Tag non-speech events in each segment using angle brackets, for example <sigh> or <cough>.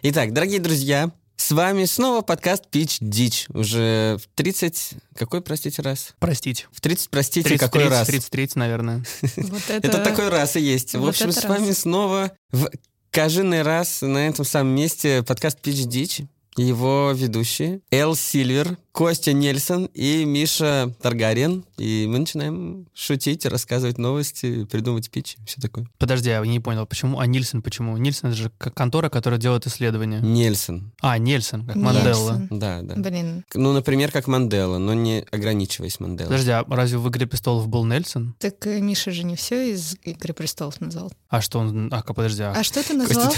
Итак, дорогие друзья, с вами снова подкаст «Пич Дич». Уже в 30... Какой, простите, раз? Простите. В 30, простите, какой раз? 33, наверное. Вот Это... такой раз и есть. в Вот общем, это с вами раз. снова в кожаный раз на этом самом месте подкаст «Пич Дич». Его ведущие Эл Сильвер, Костя Нельсон и Миша Таргарин. И мы начинаем шутить, рассказывать новости, придумывать пич, все такое. Подожди, я не понял, почему? А Нильсон почему? Нильсон это же к- контора, которая делает исследования. Нельсон, А, Нельсон, как Манделла. Нельсон. да, да. Блин, Ну, например, как Мандела, но не ограничиваясь Манделой. Подожди, а разве в «Игре престолов» был Нельсон? так э, Миша же не все из «Игры престолов» назвал. А что он... А, подожди, а... А что ты назвал?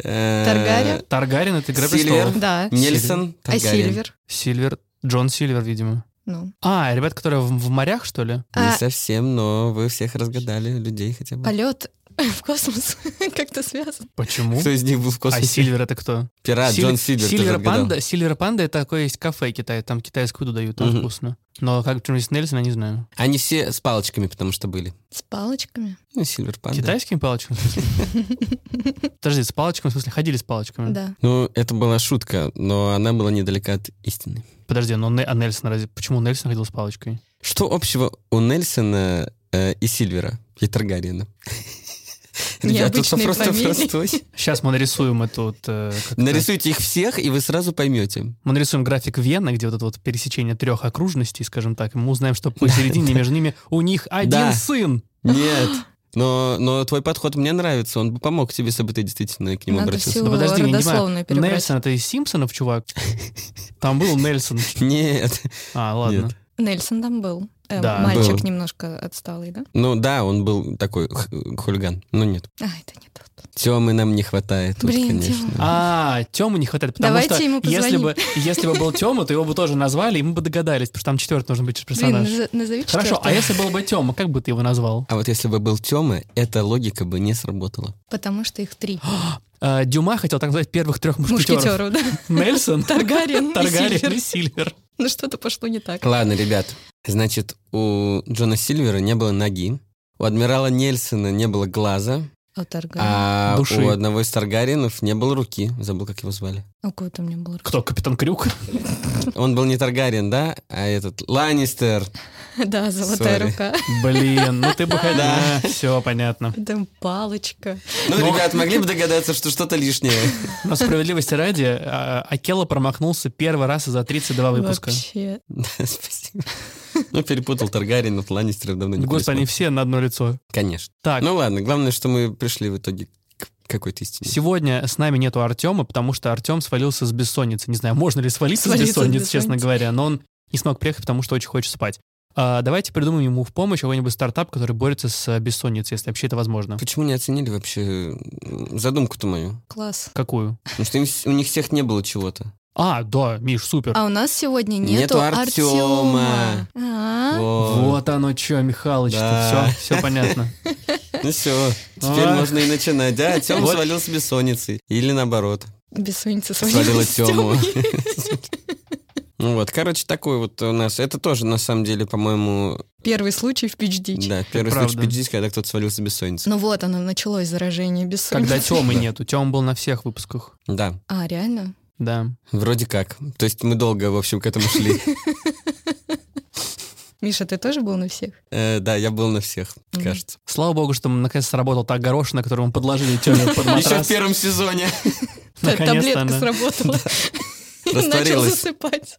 Таргариен? Таргариен? Таргарин — это «Игра Сильвер. престолов». Да. Э, Нельсон, А Таргариен. Сильвер? Сильвер. Джон Сильвер, видимо. Ну. А, ребят, которые в, в морях, что ли? Не А- совсем, но вы всех разгадали, людей хотя бы. Полет <laughs> в космос <laughs> как-то связан. Почему? Кто из них был в А космосе? Сильвер это кто? Пират, Силь- А, Джон Сильвер. ты же Сильвер отгадал. Панда. Сильвер Панда это такое есть кафе Китая, там китайскую еду дают, там Мгм. вкусно. Но как почему есть Нельсон, я не знаю. Они все с палочками, потому что были. С палочками? Ну, Сильвер А, Панда. Китайскими палочками? <laughs> в смысле? Подожди, с палочками, в смысле, ходили с палочками? Да. Ну, это была шутка, но она была недалека от истины. Подожди, но Не- а Нельсон разве... Почему Нельсон ходил с палочкой? Что общего у Нельсона э, и Сильвера, и Таргариена? <laughs> Ребята, тут Необычные просто фамилии. простой. Сейчас мы нарисуем эту... вот, э, как это- Нарисуйте их всех, и вы сразу поймете. Мы нарисуем график Вены, где вот это вот пересечение трех окружностей, скажем так, и мы узнаем, что <laughs> посередине между ними у них один Да. сын. Нет. Но, но твой подход мне нравится, он бы помог тебе, если бы ты действительно к нему Надо обратился. <laughs> всю Да подожди, я не родословную перебрать. Нельсон это из Симпсонов, <laughs> чувак? Там был Нельсон. Нет. А, ладно. Нет. Нельсон там был. Э, Да. Мальчик Был. немножко отсталый, да? Ну да, он был такой х- хулиган. Ну нет. А, это не тот. Темы нам не хватает тут, Блин, конечно. А, Тему не хватает, потому Давайте что ему если позвоним. бы, если бы был Тема, то его бы тоже назвали, и мы бы догадались, потому что там четвертый нужен быть Блин, персонаж. наз- назови Хорошо, а четвертого. если был бы Тема, как бы ты его назвал? А вот если бы был Тёма, эта логика бы не сработала. Потому что <gasps> их три. Э, Дюма хотел так назвать первых трех мушкетеров. Мушкетеров, да. <laughs> <laughs> Нельсон, Таргариен и Таргариен и Сильвер. Сильвер. Ну что-то пошло не так. Ладно, ребят, значит, у Джона Сильвера не было ноги, у адмирала Нельсона не было глаза, А у Таргариен? а Души. у одного из Таргариенов не было руки. Забыл, как его звали. У кого-то мне было рука. <laughs> Кто, Капитан Крюк? Он был не Таргариен, да? А этот Ланнистер. Да, золотая Сори. рука. <laughs> <laughs> Блин, ну ты бы хотел. Да. Все понятно. Там палочка. Ну, Но- ребят, <laughs> могли бы догадаться, что что-то лишнее. Но справедливости ради, э, Акела промахнулся первый раз за 32 выпуска. Вообще. Да, Спасибо. Ну, перепутал Таргариенов, Ланнистеров давно не Господи, пересмотрел. они все на одно лицо. Конечно. Так, Ну ладно, главное, что мы пришли в итоге к какой-то истине. сегодня с нами нету Артема, потому что Артем свалился с бессонницы. Не знаю, можно ли свалиться с Свалиться с бессонницы, честно бессонницы. говоря, но он не смог приехать, потому что очень хочет спать. А, Давайте придумаем ему в помощь какой-нибудь стартап, который борется с э, бессонницей, если вообще это возможно. Почему не оценили вообще м, задумку-то мою? Класс. Какую? Потому что им с- у них всех не было чего-то. А, да, Миш, супер. А у нас сегодня нету, Нету Артёма. Артема. А? Вот. Вот оно что, Михалыч, Да. все, все <laughs> понятно. Ну все, теперь А. можно и начинать. <laughs> Да, Тёма Вот. свалил с бессонницей. Или <laughs> наоборот, Бессонница свалила свалила с Тёму. Тёмой. <laughs> Ну вот, короче, такой вот у нас. Это тоже, на самом деле, по-моему, Первый случай в PhD. да, первый правда. случай PGD, когда кто-то свалил с бессонницей. Ну вот оно, началось заражение Когда бессонницей. Тёмы нету. Тём был на всех выпусках. Да, А, реально? Да. вроде как. То есть мы долго, в общем, к этому <laughs> шли. Миша, ты тоже был на всех? <laughs> Э, Да, я был на всех, Мгм. кажется. Слава богу, что мы наконец сработал та горошина, которую мы подложили Тёме <laughs> под Еще в матрас. первом сезоне. Та- Наконец-то Таблетка <laughs> она. сработала. <laughs> Начал Растворилась. засыпать.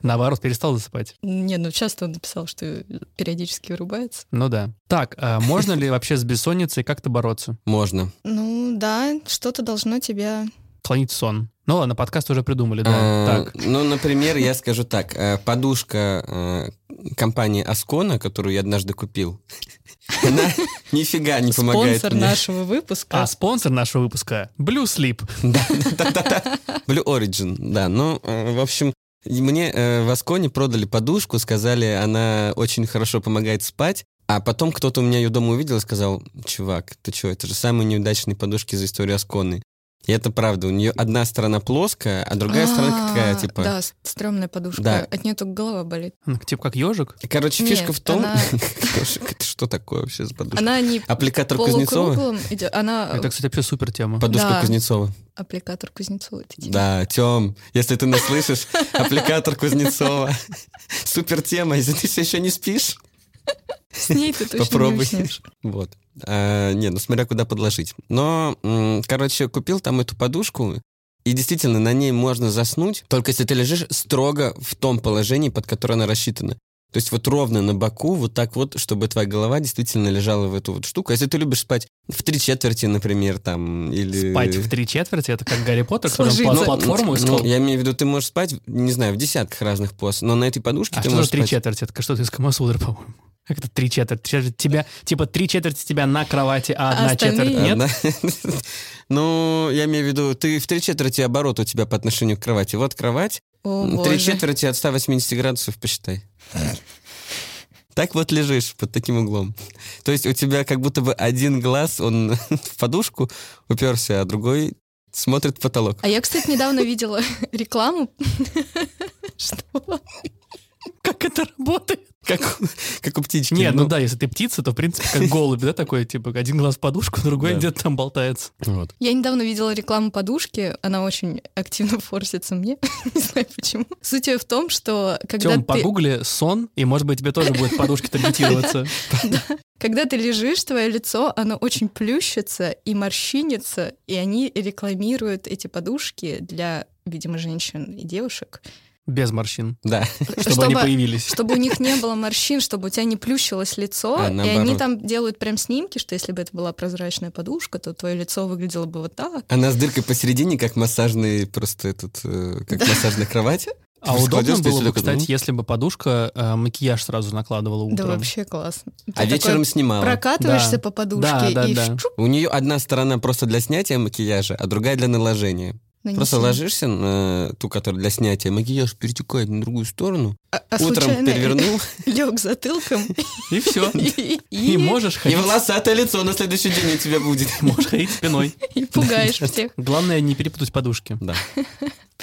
Наоборот, перестал засыпать. Не, ну часто он написал, что периодически вырубается. Ну да. Так, <laughs> а можно ли вообще с бессонницей как-то бороться? Можно. Ну да, что-то должно тебя... Клонить сон. Ну ладно, подкаст уже придумали, да. А, Так. Ну, например, я скажу так. э, Подушка э, компании Аскона, которую я однажды купил, <laughs> она нифига не помогает Спонсор мне. нашего А выпуска. спонсор нашего выпуска — Blue Sleep. Blue Origin, да. Ну, э, в общем, и мне э, в Асконе продали подушку, сказали, она очень хорошо помогает спать. А потом кто-то у меня ее дома увидел и сказал, чувак, ты чего, это же самые неудачные подушки за историю Асконы. И это правда, у нее одна сторона плоская, а другая сторона А, такая, типа... Да, с- стрёмная Да. подушка. От нее только голова болит. Ну, Типа как ежик. Короче, Нет, фишка в том... она- Ёжик, это <laughs> что такое вообще за подушка? Она не Аппликатор Кузнецова? полукруглым идет. Она... А. Это, кстати, вообще супер тема. Подушка Да. Кузнецова. Аппликатор Кузнецова. типа, это тебе. Да, Тем, если ты нас <laughs> слышишь, аппликатор Кузнецова. Супер тема, если ты еще не спишь. С ней ты точно Попробуй. <laughs> не уснешь. Вот. А, не, ну смотря куда подложить. Но, м, короче, купил там эту подушку, и действительно на ней можно заснуть, только если ты лежишь строго в том положении, под которое она рассчитана. То есть вот ровно на боку, вот так вот, чтобы твоя голова действительно лежала в эту вот штуку. А Если ты любишь спать в три четверти, например, там, или... Спать в три четверти, это как Гарри Поттер, который он Сложиться. пла- платформу ну, искал. я имею в виду, ты можешь спать, не знаю, в десятках разных поз, но на этой подушке А ты что за можешь три спать. четверти? Это что-то из Камасутры, по-моему. Как это три четверти? Четверть тебя, типа три четверти тебя на кровати, а А одна остальные- четверть нет? Одна- Э, <laughs> Ну, я имею в виду, ты в три четверти оборот у тебя по отношению к кровати. Вот кровать, О, Ну, три боже. четверти от 180 градусов <laughs> посчитай. Так вот лежишь под таким углом. То есть у тебя как будто бы один глаз, он <laughs> в подушку уперся, а другой смотрит в потолок. А я, кстати, недавно видела <laughs> рекламу, что Как это работает? Как, у- как у птички. Нет, ну да, если ты птица, то, в принципе, как голубь, да, такой, типа, один глаз в подушку, другой Да. где-то там болтается. Вот. Я недавно видела рекламу подушки, она очень активно форсится мне, <laughs> не знаю почему. Суть ее в том, что когда Тем, ты, погугли сон, и, может быть, тебе тоже будет подушки <laughs> таргетироваться. когда ты лежишь, твое лицо, оно очень плющится и морщинится, и они рекламируют эти подушки для, видимо, женщин и девушек, Без морщин, Да. чтобы они Чтобы- появились. чтобы у них не было морщин, чтобы у тебя не плющилось лицо, А, и они наоборот. там делают прям снимки, что если бы это была прозрачная подушка, то твое лицо выглядело бы вот так. Она с дыркой посередине, как массажный просто этот, э, как массажная <laughs> кровать. А Ты удобно раскладешь, было если бы, только- кстати, ну. если бы подушка э, макияж сразу накладывала Да утром. вообще классно. Ты А такой вечером снимала. Да. прокатываешься по подушке Да, да, и да. вчук, У нее одна сторона просто для снятия макияжа, а другая для наложения. Просто нанесение. ложишься на ту, которая для снятия, макияж перетекает на другую сторону, А, а утром случайно перевернул, <laughs> <laughs> лег затылком И <laughs> все. и, И и- можешь и ходить, <laughs> волосатое лицо на следующий день у тебя будет. <laughs> можешь ходить спиной. и пугаешь всех. Главное, не перепутать подушки. Да,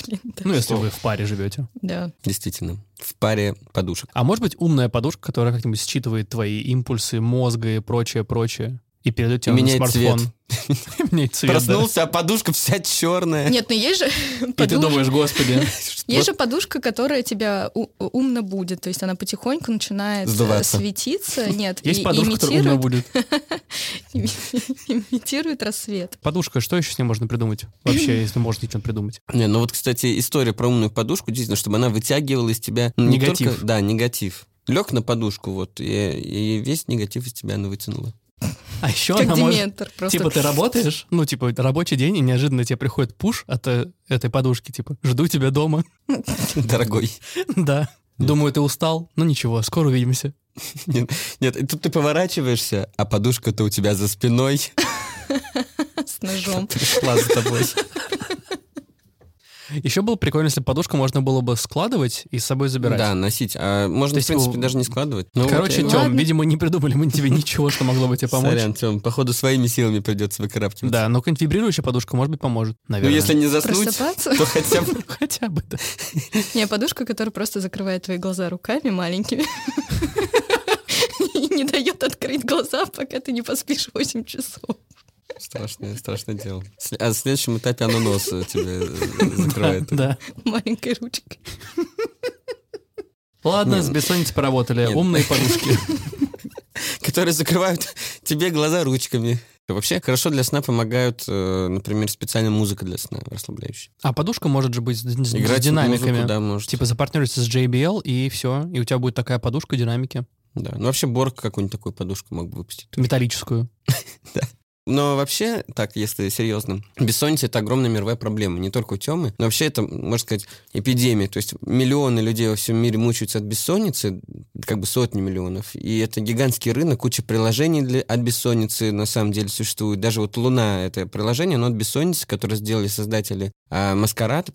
Блин, да. Ну, если О. вы в паре живете. <laughs> Да. действительно, в паре подушек. А может быть, умная подушка, которая как-нибудь считывает твои импульсы мозга и прочее, прочее, и передает тебе И на меняет смартфон. <laughs> Меняет цвет, да. Проснулся, а подушка вся черная. Нет, ну есть же И ты подушка- думаешь, господи. Есть же подушка, которая тебя у- умно будет, то есть она потихоньку начинает э, Сдуваться. светиться, нет, и, Есть и подушка, которая умная имитирует, будет. <laughs> имитирует рассвет. Подушка, что еще с ней можно придумать? <laughs> Вообще, если можно что-то придумать. Не, ну вот, кстати, история про умную подушку, действительно, чтобы она вытягивала из тебя не Негатив. только- да, негатив. Лег на подушку, вот, и, и весь негатив из тебя она вытянула. <laughs> А еще Как она может... дементор просто. Типа ты <laughs> работаешь, ну типа рабочий день, и неожиданно тебе приходит пуш от э, этой подушки, типа жду тебя дома, <laughs> Дорогой. да. Думаю, ты устал, ну ничего, скоро <laughs> увидимся. Нет, и тут ты поворачиваешься, а подушка-то у тебя за спиной с ножом. пришла за тобой. <laughs> Еще было прикольно, если подушку можно было бы складывать и с собой забирать. Да, носить. А можно, То в есть принципе, у- даже не складывать. Ну, Короче, вот, Ладно. Тём, видимо, не придумали мы тебе ничего, что могло бы тебе помочь. Сорян, Тём, походу, своими силами придется выкарабкиваться. Да, но какая-нибудь вибрирующая подушка, может быть, поможет, Ну, наверное. если не заснуть, Просыпаться? то хотя бы... <laughs> <laughs> Хотя бы, да. Не, подушка, которая просто закрывает твои глаза руками маленькими. <laughs> И не дает открыть глаза, пока ты не поспишь 8 часов. Страшное, страшное дело. С- А в следующем этапе оно нос э, тебе э, закрывает. Да. Маленькой ручкой. Ладно, Нет. с бессонницей поработали. Нет. Умные <laughs> подушки. Которые закрывают <laughs> тебе глаза ручками. Вообще, хорошо для сна помогают, э, например, специальная музыка для сна, расслабляющая. А подушка может же быть с с Играть музыку, динамиками. да, может. Типа запартнеришься с JBL, и все. И у тебя будет такая подушка динамики. Да. Ну, вообще, Борг какую-нибудь такую подушку мог бы выпустить. Металлическую. Но вообще, так, если серьезно, бессонница — это огромная мировая проблема, не только у Темы, но вообще это, можно сказать, эпидемия. То есть миллионы людей во всем мире мучаются от бессонницы, как бы сотни миллионов, и это гигантский рынок, куча приложений для, от бессонницы на самом деле существует. Даже вот «Луна» — это приложение, но от бессонницы, которое сделали создатели а, «Маскарад»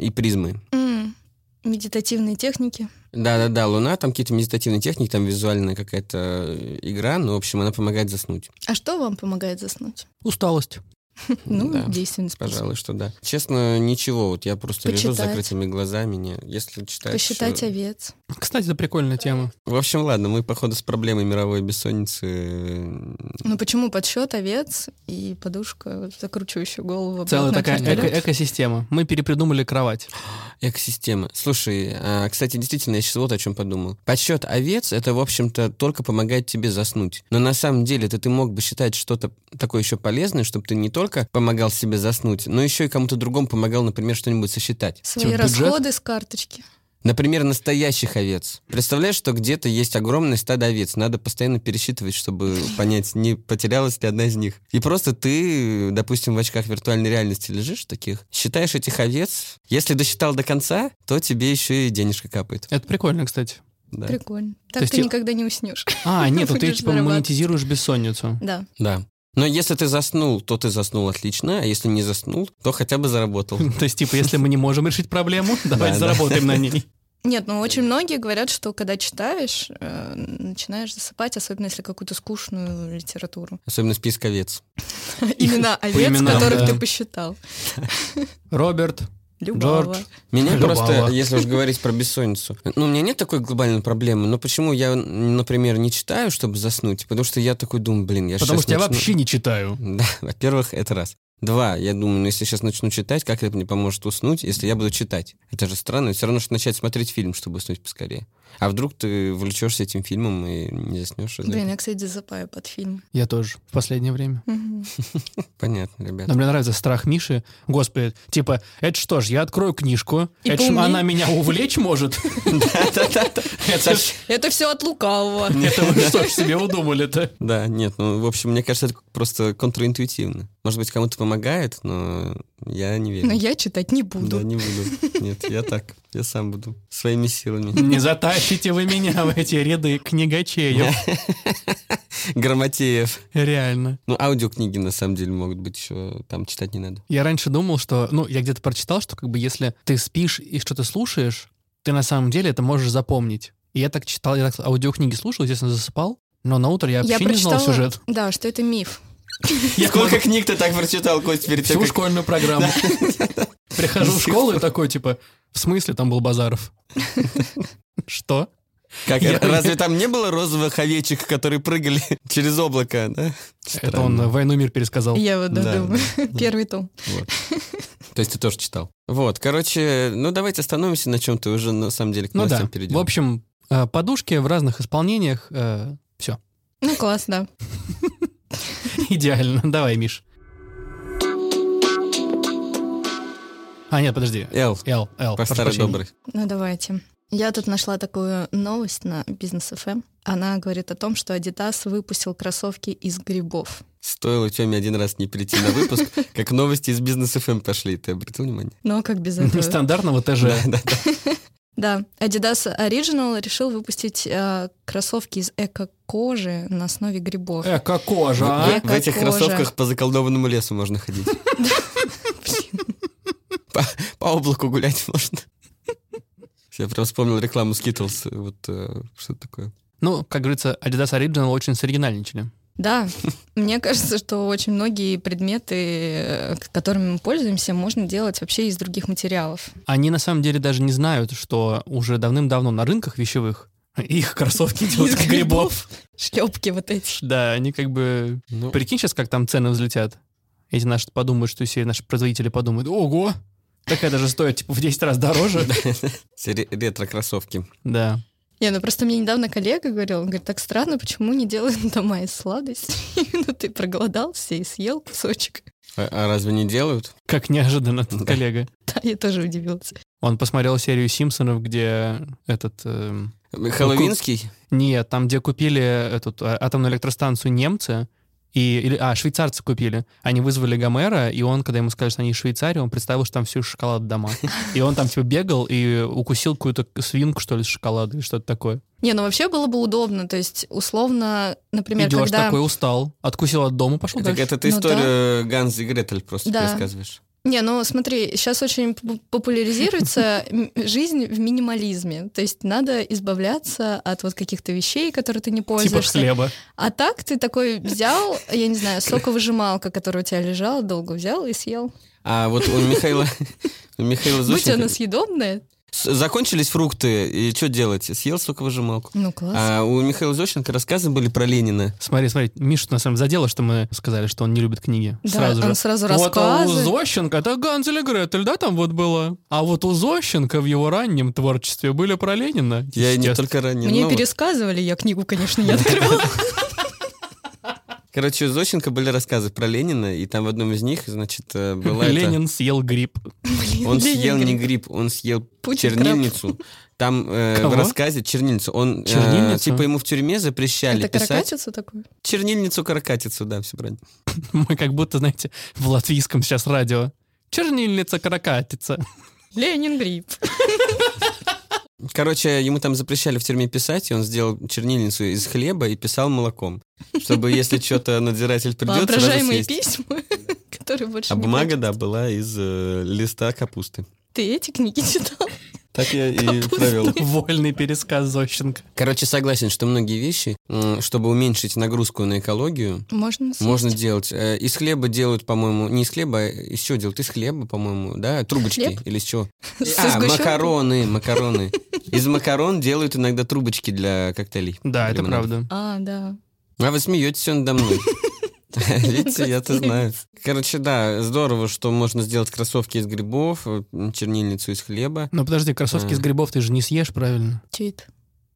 и «Призмы». М, Медитативные техники. Да-да-да, «Луна», там какие-то медитативные техники, там визуальная э, какая-то игра, ну, в общем, она помогает заснуть. А что вам помогает заснуть? Усталость. Ну, Да. действенный способ. Пожалуй, что да. Честно, ничего. Вот я просто лежу с Почитать. закрытыми глазами. Не, если читать... Посчитать э, овец. Кстати, это прикольная тема. В общем, ладно, мы, походу, с проблемой мировой бессонницы... э, Ну почему подсчет овец и подушка, закручивающая голову? Целая обратно такая к вертолёту? эко- экосистема. Мы перепридумали кровать. Экосистемы. Слушай, а, кстати, действительно, я сейчас вот о чем подумал. Подсчет овец это, в общем-то, только помогает тебе заснуть. Но на самом деле это ты мог бы считать что-то такое еще полезное, чтобы ты не только помогал себе заснуть, но еще и кому-то другому помогал, например, что-нибудь сосчитать. Свои Типа бюджет? расходы с карточки. Например, настоящих овец. Представляешь, что где-то есть огромное стадо овец. Надо постоянно пересчитывать, чтобы понять, не потерялась ли одна из них. И просто ты, допустим, в очках виртуальной реальности лежишь таких, считаешь этих овец. Если досчитал до конца, то тебе еще и денежка капает. Это прикольно, кстати. Да. Прикольно. То Так есть ты я- никогда не уснешь. А, нет, вот ты Будешь типа зарабатывать. монетизируешь бессонницу. <laughs> <laughs> Да. Да. Но если ты заснул, то ты заснул отлично, а если не заснул, то хотя бы <laughs> заработал. То есть, типа, если мы не можем решить проблему, давайте Да, да. заработаем на <laughs> ней. Нет, ну Э. очень многие говорят, что когда читаешь, э, начинаешь засыпать, особенно если какую-то <laughs> скучную литературу. Особенно список овец. Имена овец, именам, которых да. ты посчитал. Роберт, Любого. Джордж. Меня Любава. просто, если уж говорить про бессонницу, ну, у меня нет такой глобальной проблемы, но почему я, например, не читаю, чтобы заснуть? Потому что я такой думаю, блин, я потому щас что я начну- вообще не читаю. <laughs> Да, во-первых, это раз. Два, я думаю, ну если сейчас начну читать, как это мне поможет уснуть, если я буду читать? Это же странно, все равно, что начать смотреть фильм, чтобы уснуть поскорее. А вдруг ты влечешься этим фильмом и не заснешь? из-за Блин, я, кстати, засыпаю под фильм. Я тоже в последнее время. Мгм. этого? Понятно, ребят. Но мне нравится страх Миши. Господи, типа, это что ж, я открою книжку, И это ж поумнее. она меня увлечь <laughs> может. Это ж- Это все от <laughs> лукавого. это вы что ж себе удумали-то? Да, нет, ну, в общем, мне кажется, это просто контринтуитивно. Может быть, кому-то помогает, но я не верю. Но я читать не Да, буду. не буду. <laughs> Нет, я так, я сам буду. Своими силами. Не затащите вы меня в эти ряды книгачеев. Грамотеев. Реально. Ну, аудиокниги, на самом деле, могут быть еще, там читать не надо. Я раньше думал, что, ну, я где-то прочитал, что как бы если ты спишь и что-то слушаешь, ты на самом деле это можешь запомнить. И я так читал, я так аудиокниги слушал, естественно, засыпал, но на утро я вообще Я не знал прочитала- сюжет. Да, что это миф. Я Сколько книг ты так прочитал, Кость, перед тем, всю как... школьную программу. Прихожу в школу и такой, типа, в смысле там был Базаров? Что? как- Я- Разве там не было розовых овечек, которые прыгали <laughs> через облако, да? Это он э, «Войну и мир» пересказал. Я вот да, Да, думаю. <laughs> Первый том. Вот. То есть ты тоже читал. Вот, короче, ну давайте остановимся на чем-то уже, на самом деле, к Ну новостям да, перейдем. в общем, э, подушки в разных исполнениях. э, Все, Ну, класс, да. <laughs> идеально. Давай, Миш. А, нет, подожди. Эл, Эл, Эл, по прошу старой прощения. доброй. Ну, давайте. Я тут нашла такую новость на Бизнес ФМ. Она говорит о том, что Adidas выпустил кроссовки из грибов. Стоило Тёме один раз не прийти на выпуск, как новости из бизнес ФМ пошли. Ты обратил внимание? Ну, а как <laughs> без <laughs> этого? Нестандартного ТЖ. Да, да. Да, Adidas Original решил выпустить э, кроссовки из эко-кожи на основе грибов. Эко кожа, В- Э, а? В этих Эко-кожа. кроссовках по заколдованному лесу можно ходить. По- По облаку гулять можно. Я прям вспомнил рекламу Skittles. Вот э, что такое. Ну, как говорится, Adidas Original очень соригинальничали. Да, мне кажется, что очень многие предметы, э, к- которыми мы пользуемся, можно делать вообще из других материалов. Они на самом деле даже не знают, что уже давным-давно на рынках вещевых их кроссовки делают из грибов. Шлепки вот эти. Да, они как бы... Ну, <laughs> Прикинь сейчас, как там цены взлетят. Эти наши подумают, что все наши производители подумают, ого, так это же стоит типа в 10 раз дороже. эти ре- ретро-кроссовки. Да. Не, ну просто мне недавно коллега говорил, он говорит, так странно, почему не делают <laughs> дома из <laughs> сладостей? Ну ты проголодался и съел кусочек. <laughs> А- А разве не делают? Как неожиданно, этот Да. коллега. Да, я тоже удивился. Он посмотрел серию Симпсонов, где этот... эм, Хэллоуинский? Нет, там, где купили эту а, атомную электростанцию немцы, и, или, а, швейцарцы купили. Они вызвали Гомера, и он, когда ему сказали, что они из Швейцарии, он представил, что там все из шоколада дома. <laughs> И он там типа бегал и укусил какую-то свинку, что ли, с шоколада или что-то такое. Не, ну вообще было бы удобно, то есть условно, например, Идешь когда... такой, устал, откусил от дома, пошел Так дальше. это ты Ну да. историю Ганс и Гретель просто Да. пересказываешь. Не, ну смотри, сейчас очень п- популяризируется м- жизнь в минимализме. То есть надо избавляться от вот каких-то вещей, которые ты не Типа пользуешься. хлеба. а так ты такой взял, я не знаю, соковыжималка, которая у тебя лежала, долго взял и съел. А вот у Михаила... <laughs> у Михаила Будь Зощенко- она съедобная, С- Закончились фрукты, и что делать? Съел соковыжималку. ну класс. А у Михаила Зощенко рассказы были про Ленина. Смотри, смотри, Миша на самом деле задело, что мы сказали, что он не любит книги. Да, сразу он же. сразу Вот а у рассказывает. Зощенко, это Ганзель и Гретель, да, там вот было? А вот у Зощенко в его раннем творчестве были про Ленина. Я не естественно. только ранее. Мне но ну вот. пересказывали, я книгу, <laughs> конечно, не открывала. Короче, у Зощенко были рассказы про Ленина, и там в одном из них, значит, э, была <laughs> эта- Ленин съел гриб. <laughs> Блин, Он Ленин съел не говорит, гриб, он съел Путин чернильницу. Там э, Кого? в рассказе чернильницу. Он э, Чернильницу? типа ему в тюрьме краб. запрещали Это писать каракатица такой? чернильницу каракатицу, да, все правильно. Мы как будто, знаете, в латвийском сейчас радио. Чернильница каракатица. <laughs> Ленин гриб. Короче, ему там запрещали в тюрьме писать, и он сделал чернильницу из хлеба и писал молоком, чтобы если что-то надзиратель придет, сразу Воображаемые съесть. письма, <laughs> которые больше А не бумага, будет. да, была из э, листа капусты. Ты эти книги читал? Так я и Капустный. провел. Вольный пересказ Зощенко. Короче, согласен, что многие вещи, м, чтобы уменьшить нагрузку на экологию, Можно съесть. можно делать. э, Из хлеба делают, по-моему, не из хлеба, а из чего делают? Из хлеба, по-моему, да? Трубочки Хлеб? или из чего? Со А, сгущенкой? макароны, макароны. Из макарон делают иногда трубочки для коктейлей. Да, это Лимонад. правда. А, да. А вы смеетесь он надо мной. Видите, я-то знаю. Короче, да, здорово, что можно сделать кроссовки из грибов, э, чернильницу из хлеба. Но подожди, кроссовки Э. из грибов ты же не съешь, правильно? Чит.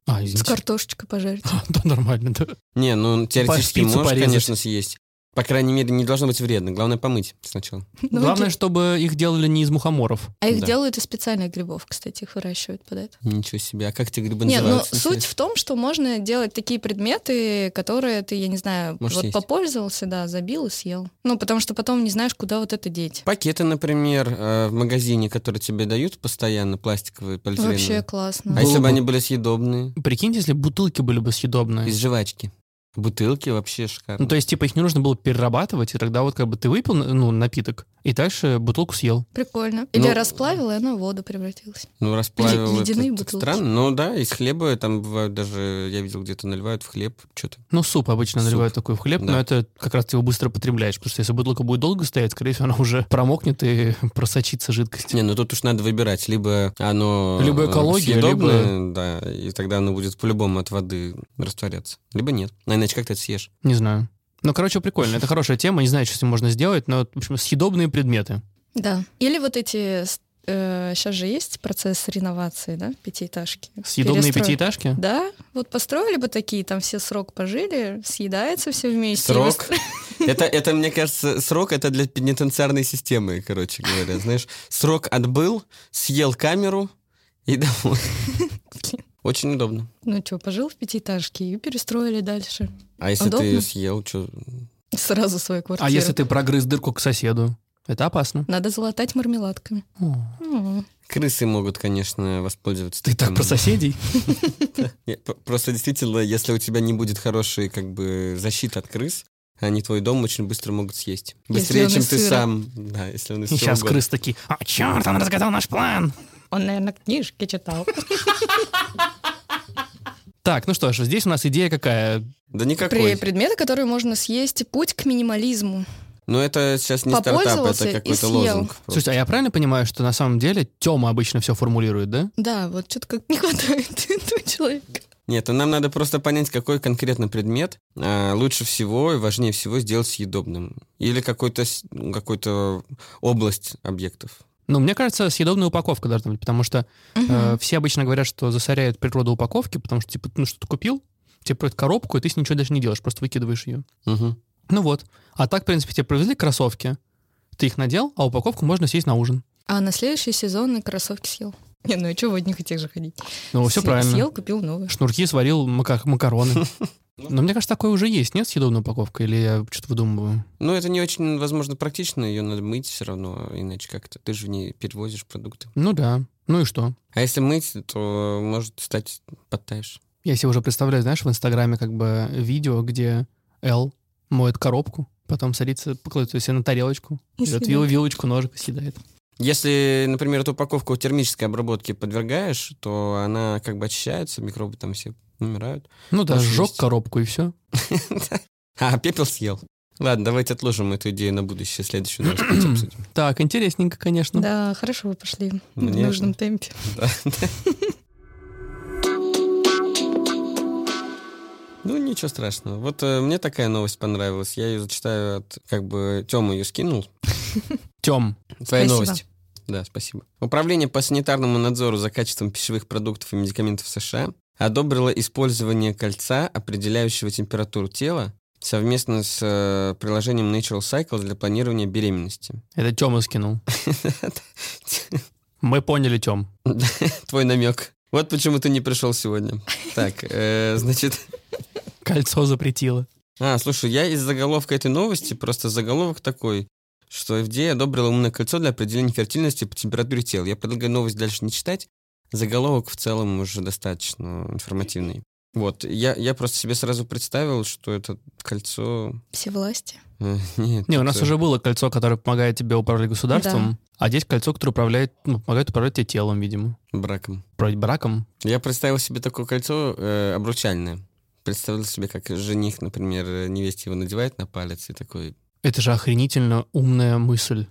А, С извините. картошечкой пожарить. <laughs> Да, нормально, да. Не, ну теоретически шпицу можешь, порезать. конечно, съесть. По крайней мере, не должно быть вредно. Главное помыть сначала. Ну, Главное, окей. чтобы их делали не из мухоморов. А их да. делают из специальных грибов, кстати, их выращивают под это. Ничего себе. А как те грибы Не, ну называются? суть в том, что можно делать такие предметы, которые ты, я не знаю, Можешь вот съесть. попользовался, да, забил и съел. Ну, потому что потом не знаешь, куда вот это деть. Пакеты, например, э, в магазине, которые тебе дают постоянно, пластиковые, полиэтиленовые. Вообще классно. А Было если бы бы. они были съедобные? Прикиньте, если бутылки были бы съедобные. Из жвачки. Бутылки вообще шикарно. Ну, то есть, типа, их не нужно было перерабатывать, и тогда вот как бы ты выпил ну, напиток, и дальше бутылку съел. Прикольно. Или Ну- расплавила, и она в воду превратилась. Ну, расплавил Ле- ледяные это так бутылки. Странно, но да, из хлеба там бывают даже, я видел, где-то наливают в хлеб что-то. Ну, суп обычно Суп. наливают такой в хлеб, Да. но это как раз ты его быстро потребляешь, потому что если бутылка будет долго стоять, скорее всего, <laughs> она уже промокнет и просочится жидкость. Не, ну тут уж надо выбирать, либо оно Либо э, экология, съедобное, да, и тогда оно будет по-любому от воды растворяться, либо нет. А иначе как ты это съешь? Не знаю. Ну, короче, прикольно. Это хорошая тема, не знаю, что с ним можно сделать, но, в общем, съедобные предметы. Да. Или вот эти... сейчас же есть процесс реновации, да, пятиэтажки. Съедобные Перестрой- пятиэтажки? Да, вот построили бы такие, там все срок пожили, съедается все вместе. Срок? И <laughs> выстро- Это, это, мне кажется, срок это для пенитенциарной системы, короче говоря. Знаешь, срок отбыл, съел камеру и <laughs> домой. Очень удобно. Ну что, пожил в пятиэтажке и перестроили дальше. А если ты Удобно. съел, что? Сразу свою квартиру. А если ты прогрыз дырку к соседу? Это опасно. Надо залатать мармеладками. О, М. Крысы могут, конечно, воспользоваться. Ты так таким. про соседей? Не, п- Просто действительно, если у тебя не будет хорошей как бы защиты от крыс, они твой дом очень быстро могут съесть. Если Быстрее, он чем из ты сыра. сам. Да, если он из И чего сейчас угодно. крысы такие, а, черт, он разгадал наш план. Он, наверное, книжки читал. Так, ну что ж, здесь у нас идея какая? Да никакой. При предметы, которые можно съесть, и путь к минимализму. Но это сейчас не стартап, Попользовался это и какой-то съел. лозунг. просто. Слушайте, а я правильно понимаю, что на самом деле Тёма обычно все формулирует, да? Да, вот что-то как не хватает <laughs> этого человека. Нет, ну, нам надо просто понять, какой конкретно предмет а, лучше всего и важнее всего сделать съедобным. Или какой-то с- ну, какой-то область объектов. Ну, мне кажется, съедобная упаковка должна быть, потому что А, э, все обычно говорят, что засоряют природу упаковки, потому что, типа, ну, что ты купил, тебе придет коробку, и ты с ней ничего даже не делаешь, просто выкидываешь ее. Мгм. Ну вот. А так, в принципе, тебе привезли кроссовки, ты их надел, а упаковку можно съесть на ужин. А на следующий сезон и кроссовки съел. <laughs> Не, ну и чего в одних и тех же ходить? Ну, все Съ- правильно. Съел, купил новые. Шнурки сварил, мака- <laughs> макароны. Но мне кажется, такое уже есть, нет, съедобная упаковка? Или я что-то выдумываю? Ну, это не очень, возможно, практично, ее надо мыть все равно, иначе как-то ты же в ней перевозишь продукты. Ну да. Ну и что? А если мыть, то может стать подтаешь. Я себе уже представляю, знаешь, в Инстаграме как бы видео, где Эл моет коробку, Потом садится, кладет себе на тарелочку, И берет съедает. вил- вилочку, ножик и съедает. Если, например, эту упаковку термической обработки подвергаешь, то она как бы очищается, микробы там все умирают. Ну да, Тоже сжег есть. коробку и все. А, <laughs> пепел съел. Ладно, давайте отложим эту идею на будущее, следующую новость давайте <clears throat> обсудим. Так, интересненько, конечно. Да, хорошо вы пошли Ну, Мне- в нужном темпе. Да. Ну, ничего страшного. Вот э, мне такая новость понравилась. Я ее зачитаю от, как бы, Тёма ее скинул. Тем. Твоя Спасибо. новость. Да, спасибо. Управление по санитарному надзору за качеством пищевых продуктов и медикаментов США одобрило использование кольца, определяющего температуру тела, совместно с э, приложением Natural Cycle для планирования беременности. <laughs> Это Тема скинул. Мы поняли, Тем. Твой намек. Вот почему ты не пришел сегодня. Так, э, значит... Кольцо запретило. А, слушай, я из заголовка этой новости, просто заголовок такой, что FDA одобрила умное кольцо для определения фертильности по температуре тела. Я предлагаю новость дальше не читать. Заголовок в целом уже достаточно информативный. Вот, я, я просто себе сразу представил, что это кольцо... Все власти. э, <laughs> Нет, Не, у нас это- уже было кольцо, которое помогает тебе управлять государством, а здесь кольцо, которое управляет, ну, помогает управлять тебе телом, видимо. Браком. Управлять браком. Я представил себе такое кольцо э, обручальное. Представил себе, как жених, например, невесте его надевает на палец и такой... Это же охренительно умная мысль.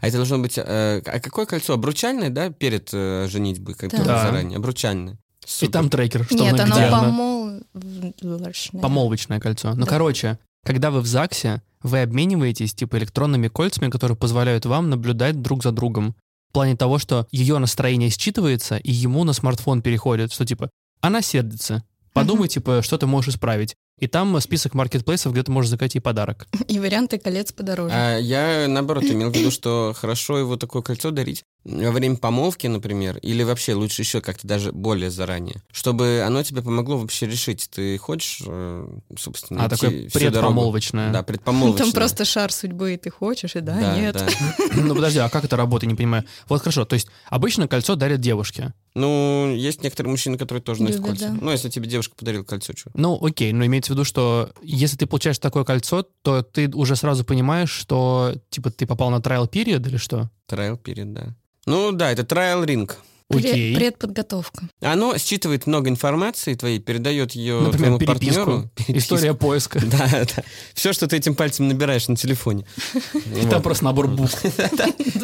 А это должно быть... э, а какое кольцо? Обручальное, да, перед э, женитьбой? Как Да. только Да. заранее. Обручальное. И там трекер, что Нет, оно, оно где оно. помолвочное. Помолвочное кольцо. Ну, Да. короче, когда вы в ЗАГСе, вы обмениваетесь типа электронными кольцами, которые позволяют вам наблюдать друг за другом. В плане того, что ее настроение считывается, и ему на смартфон переходит, что типа она сердится. Подумай, типа, что ты можешь исправить. И там список маркетплейсов, где ты можешь заказать ей подарок. И варианты колец подороже. А я, наоборот, имел в виду, что хорошо его такое кольцо дарить во время помолвки, например, или вообще лучше еще как-то даже более заранее, чтобы оно тебе помогло вообще решить, ты хочешь, э, собственно, А идти такое всю дорогу. предпомолвочное. Да, предпомолвочное. Там просто шар судьбы, и ты хочешь, и да, нет. <laughs> да. Ну подожди, а как это работает, не понимаю. Вот хорошо, то есть обычно кольцо дарят девушке. Ну, есть некоторые мужчины, которые тоже носят Любят, кольца. да. Ну, если тебе девушка подарила кольцо, что? Ну окей, но имеется в виду, что если ты получаешь такое кольцо, то ты уже сразу понимаешь, что типа ты попал на трайл период или что? Трайл перед, да. Ну да, это трайл ринг. Пре- Окей. Предподготовка. <laughs> Оно считывает много информации твоей, передает ее Например, твоему переписку. партнеру. Переписку. <laughs> История поиска. Да, да. Все, что ты этим пальцем набираешь на телефоне. <laughs> И там просто <laughs> набор букв.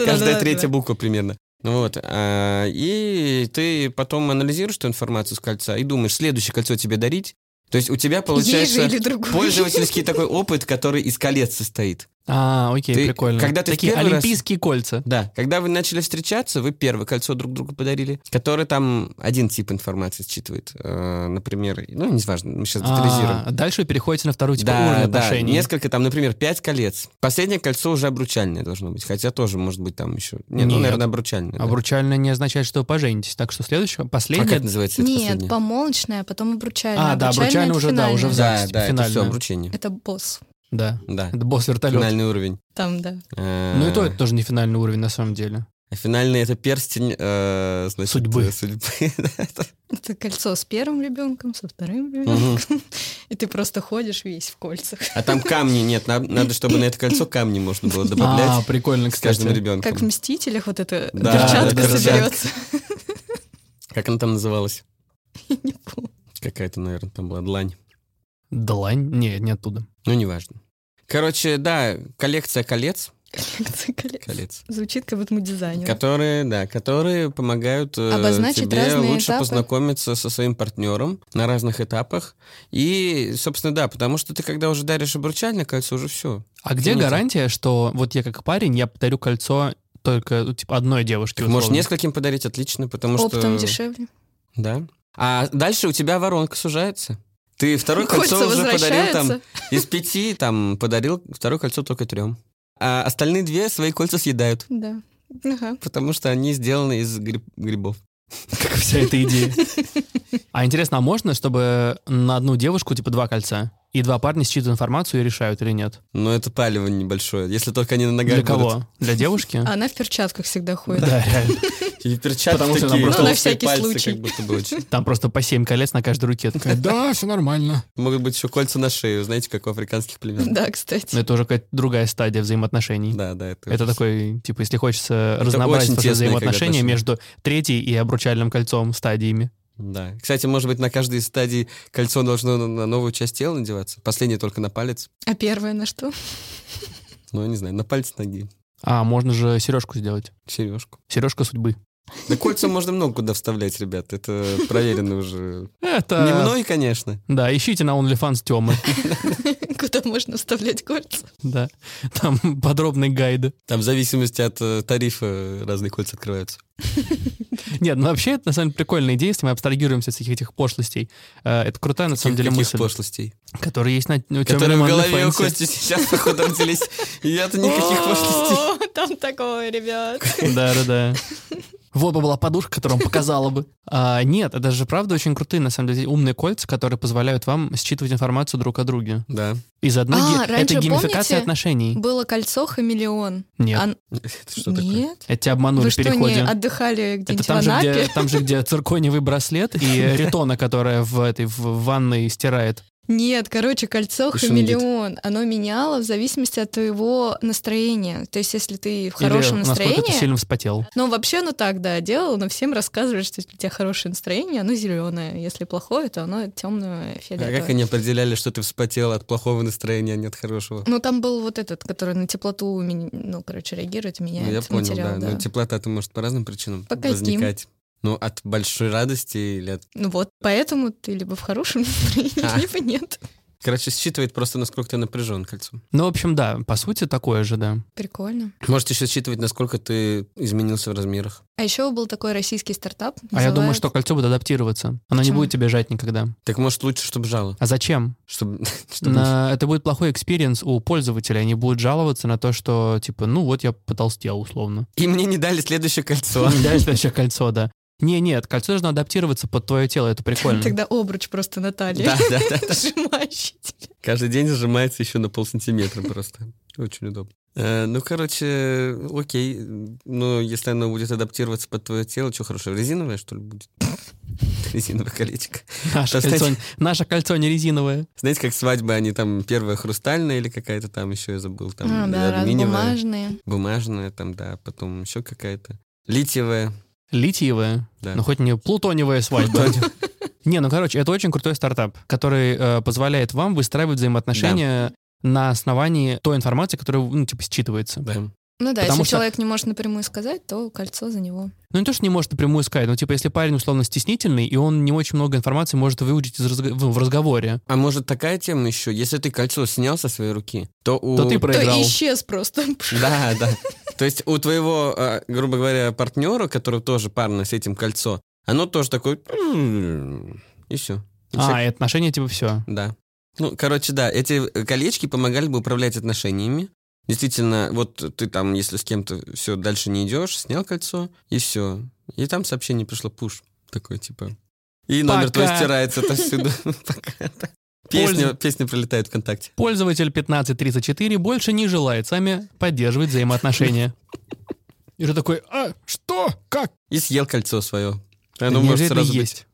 Каждая третья буква примерно. Ну Вот. а, И ты потом анализируешь эту информацию с кольца и думаешь, следующее кольцо тебе дарить. То есть у тебя Ей же получается или другой. пользовательский такой опыт, который из колец состоит. А, окей, Ты- прикольно. когда ты в Такие первый раз- олимпийские кольца. Да. Когда вы начали встречаться, вы первое кольцо друг другу подарили, которое там один тип информации считывает. Э, Например, ну, не важно, мы сейчас детализируем. А, дальше вы переходите на второй типа уровень Да, да, отношений. несколько там, например, пять колец. Последнее кольцо уже обручальное должно быть, хотя тоже может быть там еще. Нет, ну, Нет. наверное, обручальное. да. Обручальное не означает, что вы поженитесь. Так что следующее, А как последнее. называется это <laughs> Нет, последнее? помолвочная, а потом обручальная. А, да, обручальное это уже, да, уже в финальная. Да, ЗАГСе, типа, да, это все финальное. обручение. Это босс. Да. Да, Это босс вертолет. финальный уровень. Там, да. Э, Ну и то это тоже не финальный уровень на самом деле. а Финальный это перстень э, значит, Судьбы. э, судьбы. <laughs> Это кольцо с первым ребенком, со вторым ребенком. Мгм. И ты просто ходишь весь в кольцах. А там камни нет, на- надо, чтобы на это кольцо камни можно было <laughs> А, добавлять прикольно, с каждым кстати. ребенком. Как в «Мстителях» вот эта Да, перчатка да, да, да. соберется. Как она там <laughs> называлась? Не помню. Какая-то, наверное, там была длань. Длань? Нет, не оттуда. Ну, неважно. Короче, да, коллекция колец. Коллекция колец. Колец. Звучит, как будто мы дизайнер. Которые, да, которые помогают э, Обозначить тебе разные лучше этапы. познакомиться со своим партнером на разных этапах. И, собственно, да, потому что ты, когда уже даришь обручальное кольцо, уже все. А где Извините. гарантия, что вот я как парень, я подарю кольцо только ну, типа одной девушке? Можешь условно? нескольким подарить, отлично, потому Оптом что... дешевле. Да. А дальше у тебя воронка сужается. Ты второе Кольца кольцо уже подарил там возвращаются. из пяти, там подарил второе кольцо только трем. А остальные две свои кольца съедают, Да. Ага. потому что они сделаны из гриб- грибов. Как вся эта идея. А интересно, а можно, чтобы на одну девушку типа два кольца? И два парня считывают информацию и решают или нет. Но это палево небольшое, если только они на ногах Для будут. кого? Для девушки? А она в перчатках всегда ходит. Да, реально. И перчатки Потому что такие, там просто- толстые Ну, на всякий пальцы, случай. как будто бы очень. <laughs> Там просто по семь колец на каждой руке. Такая, да, все нормально. Могут быть еще кольца на шею, знаете, как у африканских племен. Да, кстати. Но Ну, это уже какая-то другая стадия взаимоотношений. Да, да, это... Это такой, типа, если хочется Это очень разнообразить тесные просто взаимоотношения когда-то. между третьей и обручальным кольцом стадиями. Да. Кстати, может быть, на каждой стадии кольцо должно на- на новую часть тела надеваться. Последнее только на палец. А первое на что? <laughs> Ну, я не знаю, на палец ноги. А, можно же сережку сделать. Сережку. Сережка судьбы. Да кольца можно много куда вставлять, ребят. Это проверено <laughs> уже. Это... Не мной, конечно. Да, ищите на OnlyFans Тёмы. Куда можно вставлять кольца? Да, там подробные гайды. Там в зависимости от э, тарифа разные кольца открываются. Нет, ну вообще это на самом деле прикольная идея, если мы абстрагируемся от всяких этих пошлостей. Э, Это крутая на самом деле Каких мысль, пошлостей. которая есть на у Тёмы Которые на в голове у OnlyFans. Кости сейчас, походу, родились. И Я-то никаких пошлостей. О, Там такое, ребят. <laughs> Да, да, да. Вот бы была подушка, которую он показала бы. А, нет, это же правда очень крутые, на самом деле, умные кольца, которые позволяют вам считывать информацию друг о друге. Да. И заодно А, ги- раньше, это геймификация помните? отношений. Было кольцо хамелеон. Нет, Ан- Это что такое? Нет? это тебя обманули Вы в что, не Ну, переходе. отдыхали Это где-нибудь в там же, где, Анапе? там же, <laughs> где циркониевый браслет и ритона, которая в этой в ванной стирает. Нет, короче, кольцо И шунгит. хамелеон. Оно меняло в зависимости от твоего настроения. То есть, если ты в хорошем Или насколько ты настроении... сильно вспотел. Ну, вообще, ну так, да, делал, но всем рассказывали, что если у тебя хорошее настроение, оно зеленое. Если плохое, то оно темное А фиолетовое. как они определяли, что ты вспотел от плохого настроения, а не от хорошего? Ну, там был вот этот, который на теплоту, ми- ну, короче, реагирует и Ну, меняет я понял, материал. да. да. Но теплота-то может по разным причинам По каким? возникать. Ну, от большой радости или от... Ну вот, поэтому ты либо в хорошем <laughs> настроении, А. либо нет. Короче, считывает просто, насколько ты напряжен кольцом. Ну, в общем, да, по сути, такое же, да. Прикольно. Может еще считывать, насколько ты изменился в размерах. А еще был такой российский стартап. А я думаю, называет- что кольцо будет адаптироваться. Оно не Почему? будет тебе жать никогда. Так может лучше, чтобы жало. А зачем? <laughs> Чтобы... чтобы- На- Это будет плохой экспириенс у пользователя. Они будут жаловаться на то, что, типа, ну вот я потолстел, условно. <laughs> И мне не дали следующее кольцо. Не дальше вообще кольцо, да. Не, нет, кольцо должно адаптироваться под твое тело, это прикольно. <laughs> Тогда обруч просто на талии. Да, да, да. <laughs> Сжимающий тебя. Каждый день сжимается еще на полсантиметра просто. Очень удобно. Э, Ну, короче, окей. Но если оно будет адаптироваться под твое тело, что хорошо, резиновое, что ли, будет? <laughs> Резиновое колечко. Наше, Кстати. кольцо, наше кольцо не резиновое. Знаете, как свадьбы, они там первая хрустальная или какая-то там еще, я забыл, там А, да, раз алюминиевая, бумажные. бумажная там, да, потом еще какая-то, литиевая. Литиевое. Да. Ну, хоть не плутониевая свадьба. <laughs> Не, ну, короче, это очень крутой стартап, который э, позволяет вам выстраивать взаимоотношения на основании той информации, которая, ну, типа, считывается. Да. Ну да, Потому если что- человек не может напрямую сказать, то кольцо за него. Ну, не то, что не может напрямую сказать, но, типа, если парень, условно, стеснительный, и он не очень много информации может выучить из разго- ну, в в разговоре, А может такая тема еще, если ты кольцо снял со своей руки, то у... то ты То проиграл. исчез просто. <laughs> Да, да. То есть у твоего, э, грубо говоря, партнера, который тоже парно с этим кольцо, оно тоже такое... И все. А, и отношения, типа, все. Да. Ну, короче, да, эти колечки помогали бы управлять отношениями. Действительно, вот ты там, если с кем-то все дальше не идешь, снял кольцо, и все. И там сообщение пришло пуш. Такое, типа. И номер Пока. твой стирается <laughs> отовсюду. <laughs> Пока. Песня, песня пролетает ВКонтакте. Пользователь 1534 больше не желает с вами поддерживать <laughs> взаимоотношения. И ты такой, а, что? Как? И съел кольцо свое. Да Оно неужели может сразу быть- есть.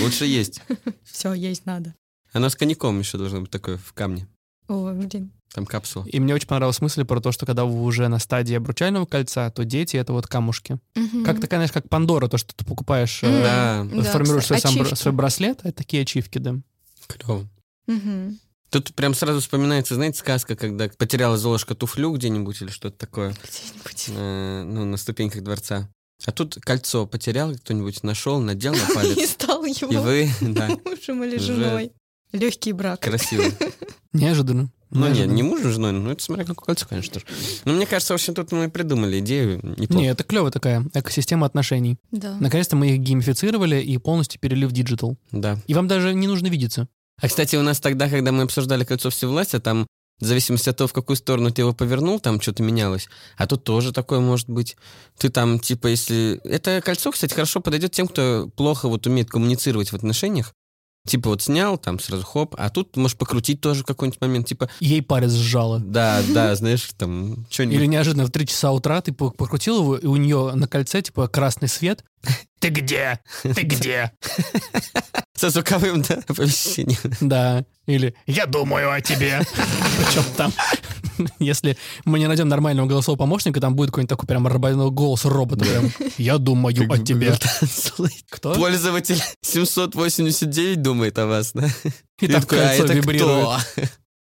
Лучше есть. Все, есть надо. Оно с коньяком еще должно быть такое в камне. О, блин. Там капсула. И мне очень понравилась мысль про то, что когда вы уже на стадии обручального кольца, то дети — это вот камушки. Мгм. Как такая, знаешь, как Пандора, то, что ты покупаешь, Мгм. э, Да, формируешь свой, кстати, сам бра- ачивки. свой браслет, а это такие ачивки, да. Клево. Мгм. Тут прям сразу вспоминается, знаете, сказка, когда потеряла Золушка туфлю где-нибудь или что-то такое, Где-нибудь. <laughs> э, ну, на ступеньках дворца. А тут кольцо потерял, кто-нибудь нашел, надел на И палец. стал И его вы, да, мужем или уже- женой. Легкий брак. красиво. Неожиданно. Ну, нет, Неожиданно. не мужем, женой, ну, это смотря какое кольцо, конечно же. Но мне кажется, в общем, тут мы придумали идею. неплохо. Не, это клево такая экосистема отношений. Да. Наконец-то мы их геймифицировали и полностью перелив в диджитал. Да. И вам даже не нужно видеться. А, кстати, у нас тогда, когда мы обсуждали «Кольцо всевластия», там в зависимости от того, в какую сторону ты его повернул, там что-то менялось. А тут тоже такое может быть. Ты там, типа, если... Это кольцо, кстати, хорошо подойдет тем, кто плохо вот умеет коммуницировать в отношениях. Типа вот снял, там сразу хоп, а тут можешь покрутить тоже в какой-нибудь момент, типа, Ей палец сжала. да, да, знаешь, там, Или что-нибудь. неожиданно в 3 часа утра ты по- покрутил его, и у нее на кольце, типа, красный свет. <laughs> Ты где? Ты где? Со звуковым, да, <laughs> оповещением. Да. Или «Я думаю о тебе». <laughs> Причем там... Если мы не найдем нормального голосового помощника, там будет какой-нибудь такой прям рабоный голос робота. Прям, я думаю <laughs> о тебе. <laughs> Кто? Пользователь 789 думает о вас, да? И там такой, а кольцо это вибрирует. кто?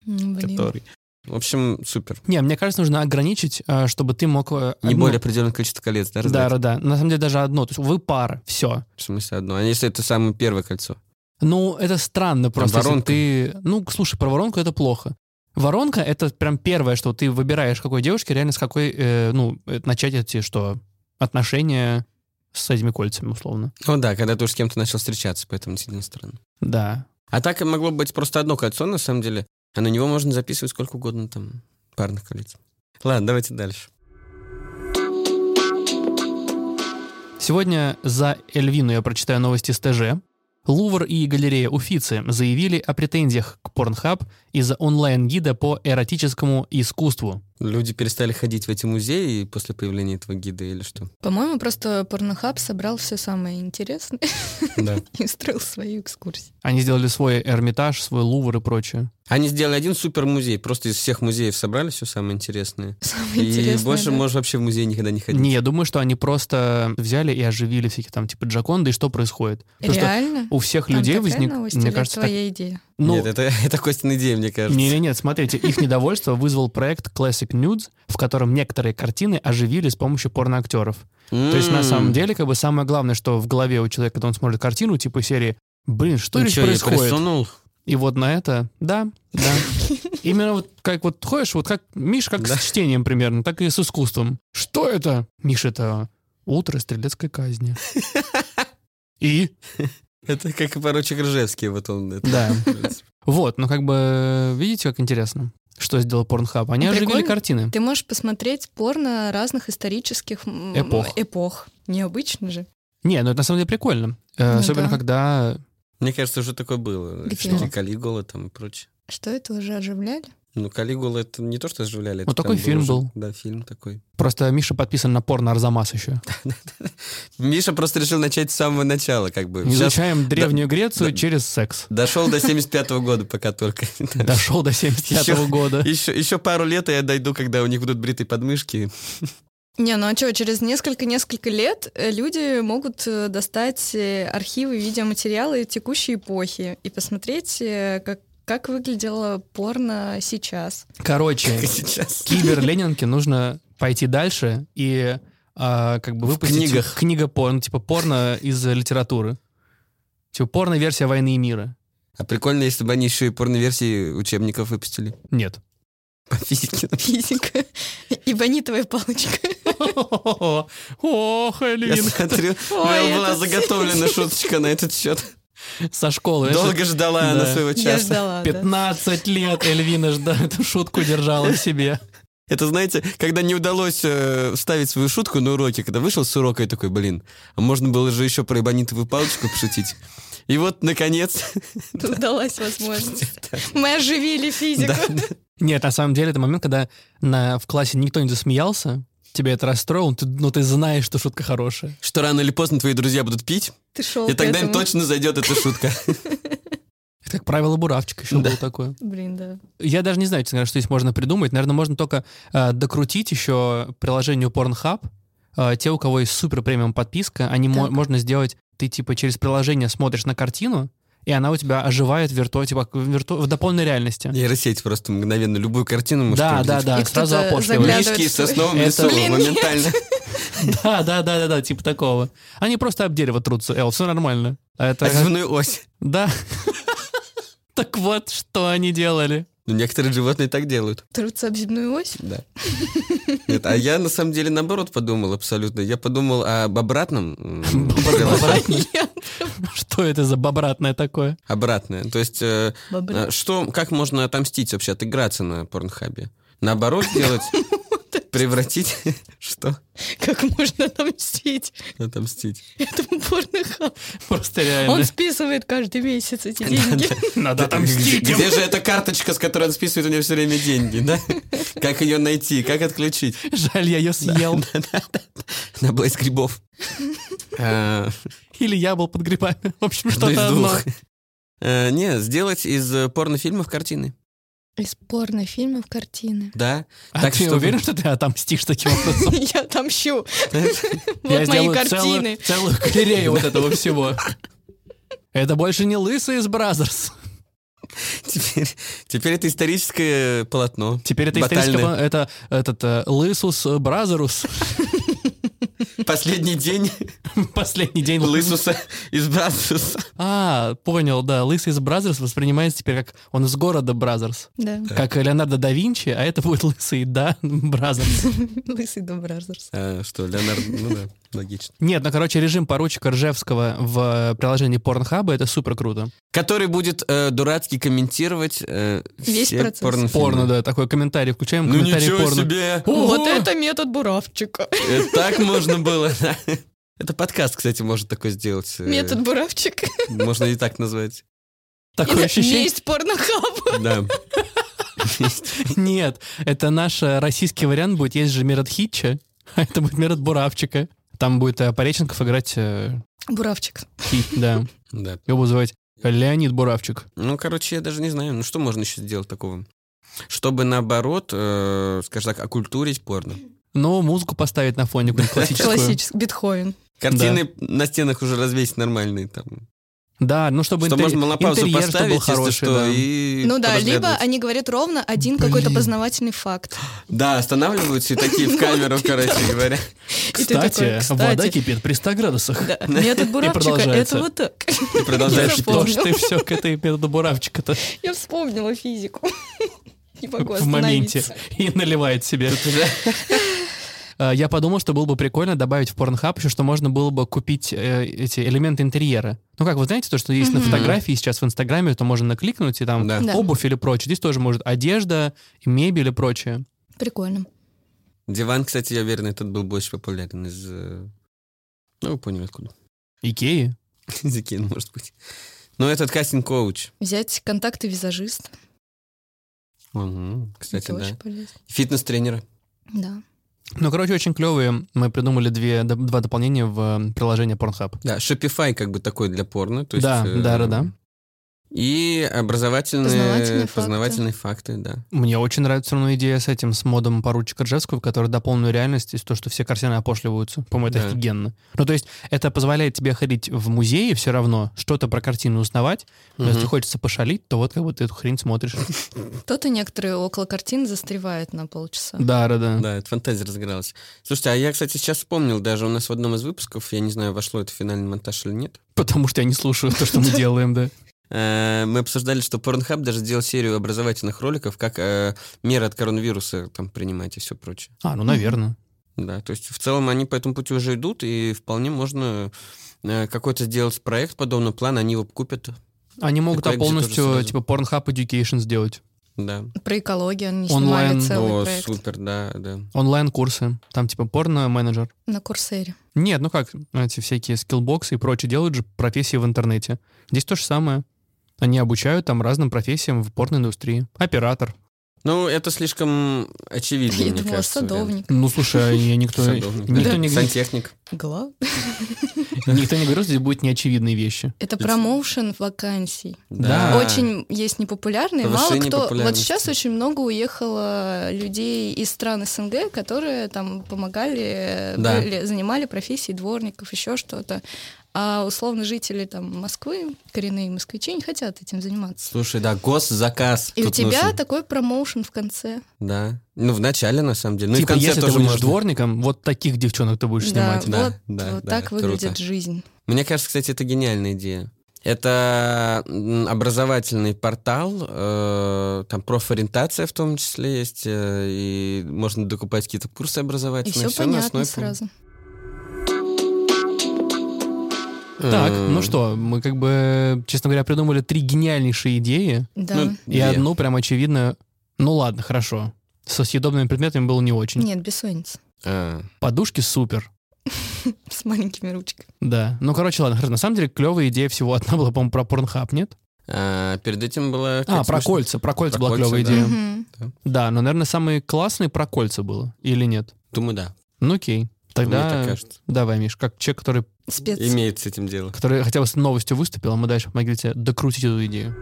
М, блин. Который. В общем, супер. Не, мне кажется, нужно ограничить, э, чтобы ты мог... э, Не одну- более определенное количество колец, да, Да, раздать? да, да. На самом деле даже одно. То есть вы пара, все. В смысле одно. А если это самое первое кольцо? Ну, это странно просто. если воронка. ты... Ну, слушай, про воронку это плохо. Воронка — это прям первое, что ты выбираешь, какой девушке реально с какой, э, ну, э, начать эти, что, отношения с этими кольцами, условно. Ну да, когда ты уже с кем-то начал встречаться, поэтому действительно странно. Да. А так и могло быть просто одно кольцо, на самом деле. А на него можно записывать сколько угодно там парных колец. Ладно, давайте дальше. Сегодня за Эльвину я прочитаю новости с ТЖ. Лувр и галерея Уфицы заявили о претензиях к Порнхаб из-за онлайн-гида по эротическому искусству. Люди перестали ходить в эти музеи после появления этого гида или что? По-моему, просто Порнохаб собрал все самое интересное <laughs> <laughs> Да. и устроил свою экскурсию. <laughs> Они сделали свой Эрмитаж, свой Лувр и прочее. Они сделали один супер музей, просто из всех музеев собрали все самое интересное. Самое И интересное. больше да. можешь вообще в музей никогда не ходить. Не, я думаю, что они просто взяли и оживили всякие там типа Джаконды, и что происходит? Потому что Реально? у всех Там людей такая возник, новость мне или кажется, так- твоя идея. ну, Нет, это, <laughs> это Костин идея, мне кажется. не, не, нет, смотрите, их недовольство вызвал проект Classic Nudes, в котором некоторые картины оживили с помощью порноактеров. То есть на самом деле, как бы самое главное, что в голове у человека, когда он смотрит картину, типа серии, блин, что здесь Ничего, Ну, я происходит? присунул. И вот на это, да, <laughs> да. Именно вот как вот ходишь, вот как Миш, как Да. с чтением примерно, так и с искусством. Что это? Миш, это утро стрелецкой <laughs> казни. И? Это как и поручик Ржевский, вот он. это, Да. в принципе. Вот, ну как бы, видите, как интересно, что сделал Порнхаб? Они Ну, оживили прикольно. картины. Ты можешь посмотреть порно разных исторических м, Эпох. эпох. Необычно же. Не, ну это на самом деле прикольно. Э, Ну Особенно, да. когда... Мне кажется, уже такое было. Где? Всякие Калигула там и прочее. Что это уже оживляли? Ну, Калигула это не то, что оживляли. Ну, это такой там фильм уже- был. Да, фильм такой. Просто Миша подписан на порно Арзамас еще. Миша просто решил начать с самого начала, как бы. Сейчас Изучаем Древнюю Грецию да. через <laughs> секс. дошел до 75-го года пока только. Дошел до 75 Ещё- года. Еще, еще пару лет, и я дойду, когда у них будут бритые подмышки. Не, ну а что, через несколько-несколько лет э, люди могут э, достать э, архивы видеоматериалы текущей эпохи и посмотреть, э, как, как выглядело порно сейчас. <laughs> Короче, Как сейчас. Кибер Ленинке нужно пойти дальше и а, как бы выпустить книгах. книга порно, типа порно из литературы. Типа порно-версия «Войны и мира». А прикольно, если бы они еще и порноверсии учебников выпустили. Нет. По физике. Физика. Эбонитовая палочка. Ох, Я Эльвин, смотрю, у Ой, меня это была с- заготовлена шуточка на этот счет. со школы. Это Долго ждала она Ну, да. своего Я часа. ждала, да. 15 лет Эльвина жда- эту шутку держала в себе. Это, знаете, когда не удалось э, вставить свою шутку на уроке, когда вышел с урока и такой, блин, а можно было же еще про эбонитовую палочку пошутить. И вот, наконец... <laughs> Удалась возможность. Мы оживили физику. Да, да. Нет, на самом деле это момент, когда на, в классе никто не засмеялся, тебя это расстроило, но ты, но ты знаешь, что шутка хорошая. Что рано или поздно твои друзья будут пить, Ты шел и тогда им точно зайдет эта <laughs> шутка. Это, как правило, буравчик еще Да. был такой. Блин, да. Я даже не знаю, честно говоря, что здесь можно придумать. Наверное, можно только э, докрутить еще приложению Pornhub. Э, те, у кого есть супер премиум подписка, они мо- Так. можно сделать, ты типа через приложение смотришь на картину, и она у тебя оживает в вирту, типа, в, вирту- в дополненной <laughs> реальности. Нейросеть просто мгновенно любую картину может Да, да, увидеть. да, И сразу кто-то опошлила. заглядывает. Мишки с <laughs> сосновым Это- лесом Блин, нет. моментально. Да, да, да, да, да, типа такого. Они просто об дерево трутся, Эл, все нормально. А Это Отзывную ось. Да. <laughs> Так вот, что они делали. Ну, некоторые животные так делают. Трутся об земную ось. <laughs> Да. Нет, а я на самом деле наоборот подумал абсолютно. Я подумал об обратном. <laughs> м, Бобратное? Я- Что это за бобратное такое? Обратное. То есть, э, <laughs> Бобра. э, что, как можно отомстить вообще, отыграться на порнхабе? Наоборот делать? Превратить <laughs> что? Как можно отомстить Отомстить. этому порнохабу? Просто Он реально. списывает каждый месяц эти деньги. <laughs> Надо отомстить Где им. же эта карточка, с которой он списывает у него все время деньги, <laughs> да? Как ее найти, как отключить? Жаль, я ее съел. На блеск <laughs> грибов. А, Или я был под грибами. <laughs> В общем, Одно что-то из одно. двух. Э, Не, сделать из э, порнофильмов картины. Из порнофильмов картины. Да. <laughs> А Так ты что- уверен, что ты отомстишь <laughs> таким образом? <laughs> Я отомщу. Я Вот мои сделаю целую, картины. целую галерею вот этого всего. Это больше не лысый из Бразерс. Теперь, теперь это историческое полотно. Теперь это Батальное. историческое... Это этот э, Лысус Бразерус. <laughs> Последний день Последний день Лысуса из Бразуса. А, понял, да. Лысый из Бразерс воспринимается теперь как... Он из города Бразерс. Да, Как Леонардо да Винчи, а это будет лысый, да, <laughs> Бразерс. лысый до Бразерс. Э, А, Что, Леонард, ну <laughs> да, логично. Нет, ну, короче, режим поручика Ржевского в э, приложении Порнхаба — это супер круто. Который будет э, дурацки комментировать э, Весь все процесс. порнофильмы. Порно, да, такой комментарий. Включаем Ну комментарий ничего порно. себе! Ого! Вот это метод буравчика. Э, Так можно было, <laughs> да. Это подкаст, кстати, может такой сделать. э, Метод буравчика. Можно и так назвать. Такое ощущение... Есть порнохаб. Да. <laughs> Нет, это наш э, российский вариант будет. Есть же Мират Хитча, <laughs> а это будет Мират Буравчика. Там будет э, Пореченков играть э, Буравчик. Хит, да. Да. Его будут звать Леонид Буравчик. Ну, короче, я даже не знаю, ну что можно еще сделать такого? Чтобы наоборот, э, скажем так, окультурить порно. Ну, музыку поставить на фоне какую-нибудь классическую. Классический. Бетховен. Картины на стенах уже развесить нормальные там. Да, ну чтобы Что интер- можно было на паузу интерьер, чтобы был поставить, если хороший, что, да. и Ну да, либо поразглядывать. они говорят ровно один Блин. какой-то познавательный факт. Да, останавливаются и такие Ну, в камеру, короче говоря. И ты такой, Кстати, вода «Кстати». кипит при 100 градусах. Да, метод буравчика, продолжается. это вот так. И продолжаешь Я Что ж Понял. ты все к этой методу Буравчика-то Я вспомнила физику. <laughs> Не могу в моменте остановиться. и наливает себе. Э, Я подумал, что было бы прикольно добавить в Pornhub еще, что можно было бы купить э, эти элементы интерьера. Ну как, вы знаете, то, что есть на Мгм. фотографии сейчас в Инстаграме, то можно накликнуть, и там Да. Да. обувь или прочее. Здесь тоже может одежда, и мебель и прочее. Прикольно. Диван, кстати, я уверен, этот был бы очень популярен из... э, Ну, вы поняли, откуда. <laughs> Икеи. Из Икеи, может быть. Но этот кастинг-коуч. Взять контакты визажиста. Мгм, Кстати, Это очень да. полезно. Фитнес-тренера. Да. Ну, короче, очень клевые. Мы придумали две, д- два дополнения в э, приложение Pornhub. Да, Shopify как бы такой для порно. То есть, Да, э, да, да, да. И образовательные... Познавательные факты. познавательные факты. да. Мне очень нравится все равно идея с этим, с модом поручика Ржевского, который дополненную реальность из того, что все картины опошливаются. По-моему, это Да. офигенно. Ну, то есть, это позволяет тебе ходить в музее все равно, что-то про картину узнавать. Но если Мгм. хочется пошалить, то вот как бы ты эту хрень смотришь. Кто-то некоторые около картин застревает на полчаса. <laughs> Да, да, да. Да, это фантазия разыгралась. Слушайте, а я, кстати, сейчас вспомнил, даже у нас в одном из выпусков, я не знаю, вошло это в финальный монтаж или нет, Потому что я не слушаю то, что <laughs> мы делаем, да. Э, Мы обсуждали, что Pornhub даже сделал серию образовательных роликов, как э, меры от коронавируса там принимать и все прочее. А, ну, наверное. Да, то есть в целом они по этому пути уже идут, и вполне можно э, какой-то сделать проект подобного плана, они его купят. Они могут Такой а, экзит уже полностью, сразу. типа, Pornhub Education сделать. Да. Про экологию они Онлайн. снимали целый О, проект супер, да, да. Онлайн-курсы. Там, типа, порно-менеджер. на Курсере. Нет, ну как, эти всякие скиллбоксы и прочее делают же профессии в интернете. Здесь то же самое. Они обучают там разным профессиям в порноиндустрии. Оператор. Ну, это слишком очевидно, Я мне думала, кажется. да. садовник. Ну, слушай, а <laughs> я никто, Садовник, да. никто, не, Сантехник. Глав. никто не говорил, что здесь будут неочевидные вещи. Это промоушен вакансий. А. Очень есть непопулярные. Мало Повышение кто... Вот популярности. сейчас очень много уехало людей из стран СНГ, которые там помогали, Да. были- занимали профессии дворников, еще что-то. А условно жители там Москвы, коренные москвичи, не хотят этим заниматься. Слушай, да, госзаказ. И у тут тебя нужен. такой промоушен в конце. Да. Ну, в начале, на самом деле. Ну, и в типа, конце если ты тоже будешь можно. дворником, вот таких девчонок ты будешь снимать. Да, вот, да, вот да, так круто. выглядит жизнь. Мне кажется, кстати, это гениальная идея. Это м, образовательный портал, э, там профориентация в том числе есть, э, и можно докупать какие-то курсы И образовательные. все ну, всё понятно основе- сразу. Э, Так, ну что, мы как бы, честно говоря, придумали три гениальнейшие идеи. Да. ну, И две. одну прям очевидно... Ну ладно, хорошо. со съедобными предметами было не Ну, очень. Нет, бессонница. <laughs> А, Подушки супер. С маленькими ручками. Да. Ну, короче, ладно, хорошо. На самом деле, клевая идея всего <laughs> одна была, по-моему, про порнхаб, нет? а, перед этим было... А, какая-то про смешная- кольца. Про кольца Про была кольца, клевая да. идея. Мгм. Да, но, наверное, самый классный про кольца было. Или нет? Думаю, да. Ну, окей. Мне так Тогда кажется. давай, Миш, как человек, который, Спец. Имеет с этим дело. который хотя бы с новостью выступил, а мы дальше помогли тебе докрутить эту идею.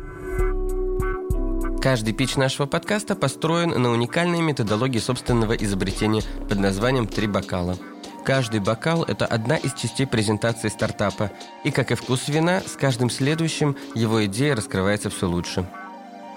Каждый пич нашего подкаста построен на уникальной методологии собственного изобретения под названием «Три бокала». Каждый бокал – это одна из частей презентации стартапа. И, как и вкус вина, с каждым следующим его идея раскрывается все лучше.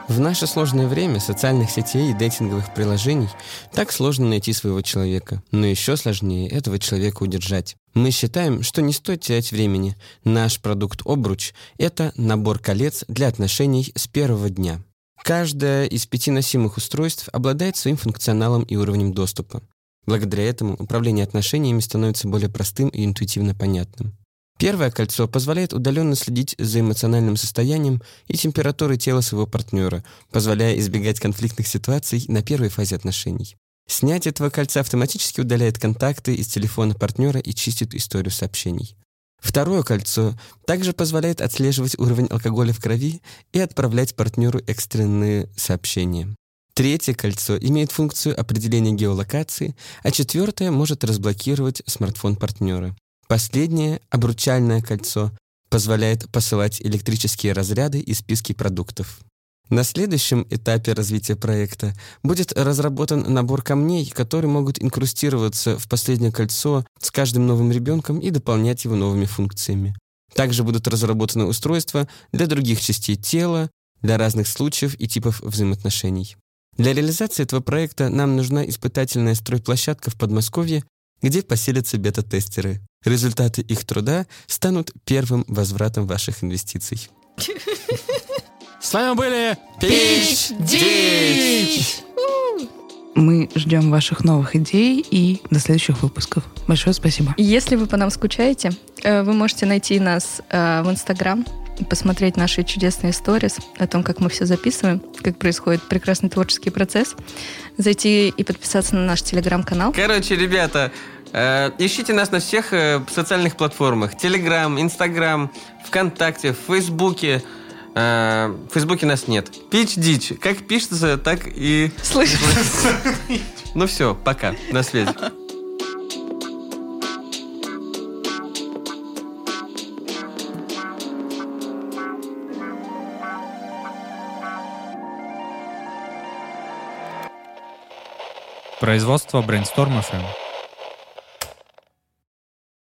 В наше сложное время социальных сетей и дейтинговых приложений так сложно найти своего человека, но еще сложнее этого человека удержать. Мы считаем, что не стоит терять времени. Наш продукт «Обруч» — это набор колец для отношений с первого дня. Каждое из пяти носимых устройств обладает своим функционалом и уровнем доступа. Благодаря этому управление отношениями становится более простым и интуитивно понятным. Первое кольцо позволяет удаленно следить за эмоциональным состоянием и температурой тела своего партнера, позволяя избегать конфликтных ситуаций на первой фазе отношений. Снятие этого кольца автоматически удаляет контакты из телефона партнера и чистит историю сообщений. Второе кольцо также позволяет отслеживать уровень алкоголя в крови и отправлять партнеру экстренные сообщения. Третье кольцо имеет функцию определения геолокации, а четвертое может разблокировать смартфон партнера. Последнее обручальное кольцо позволяет посылать электрические разряды и списки продуктов. На следующем этапе развития проекта будет разработан набор камней, которые могут инкрустироваться в последнее кольцо с каждым новым ребенком и дополнять его новыми функциями. Также будут разработаны устройства для других частей тела, для разных случаев и типов взаимоотношений. Для реализации этого проекта нам нужна испытательная стройплощадка в Подмосковье, где поселятся бета-тестеры. Результаты их труда станут первым возвратом ваших инвестиций. С вами были Мы ждем ваших новых идей и до следующих выпусков. Большое спасибо. Если вы по нам скучаете, э, вы можете найти нас э, в Инстаграм, посмотреть наши чудесные сторис о том, как мы все записываем, как происходит прекрасный творческий процесс, зайти и подписаться на наш Телеграм-канал. Короче, ребята, э, ищите нас на всех э, социальных платформах. Телеграм, Инстаграм, ВКонтакте, в Фейсбуке. Э, в Фейсбуке нас нет. Пич дичь. Как пишется, так и... Слышь. Ну все, пока. На связи. Производство Brainstorm FM.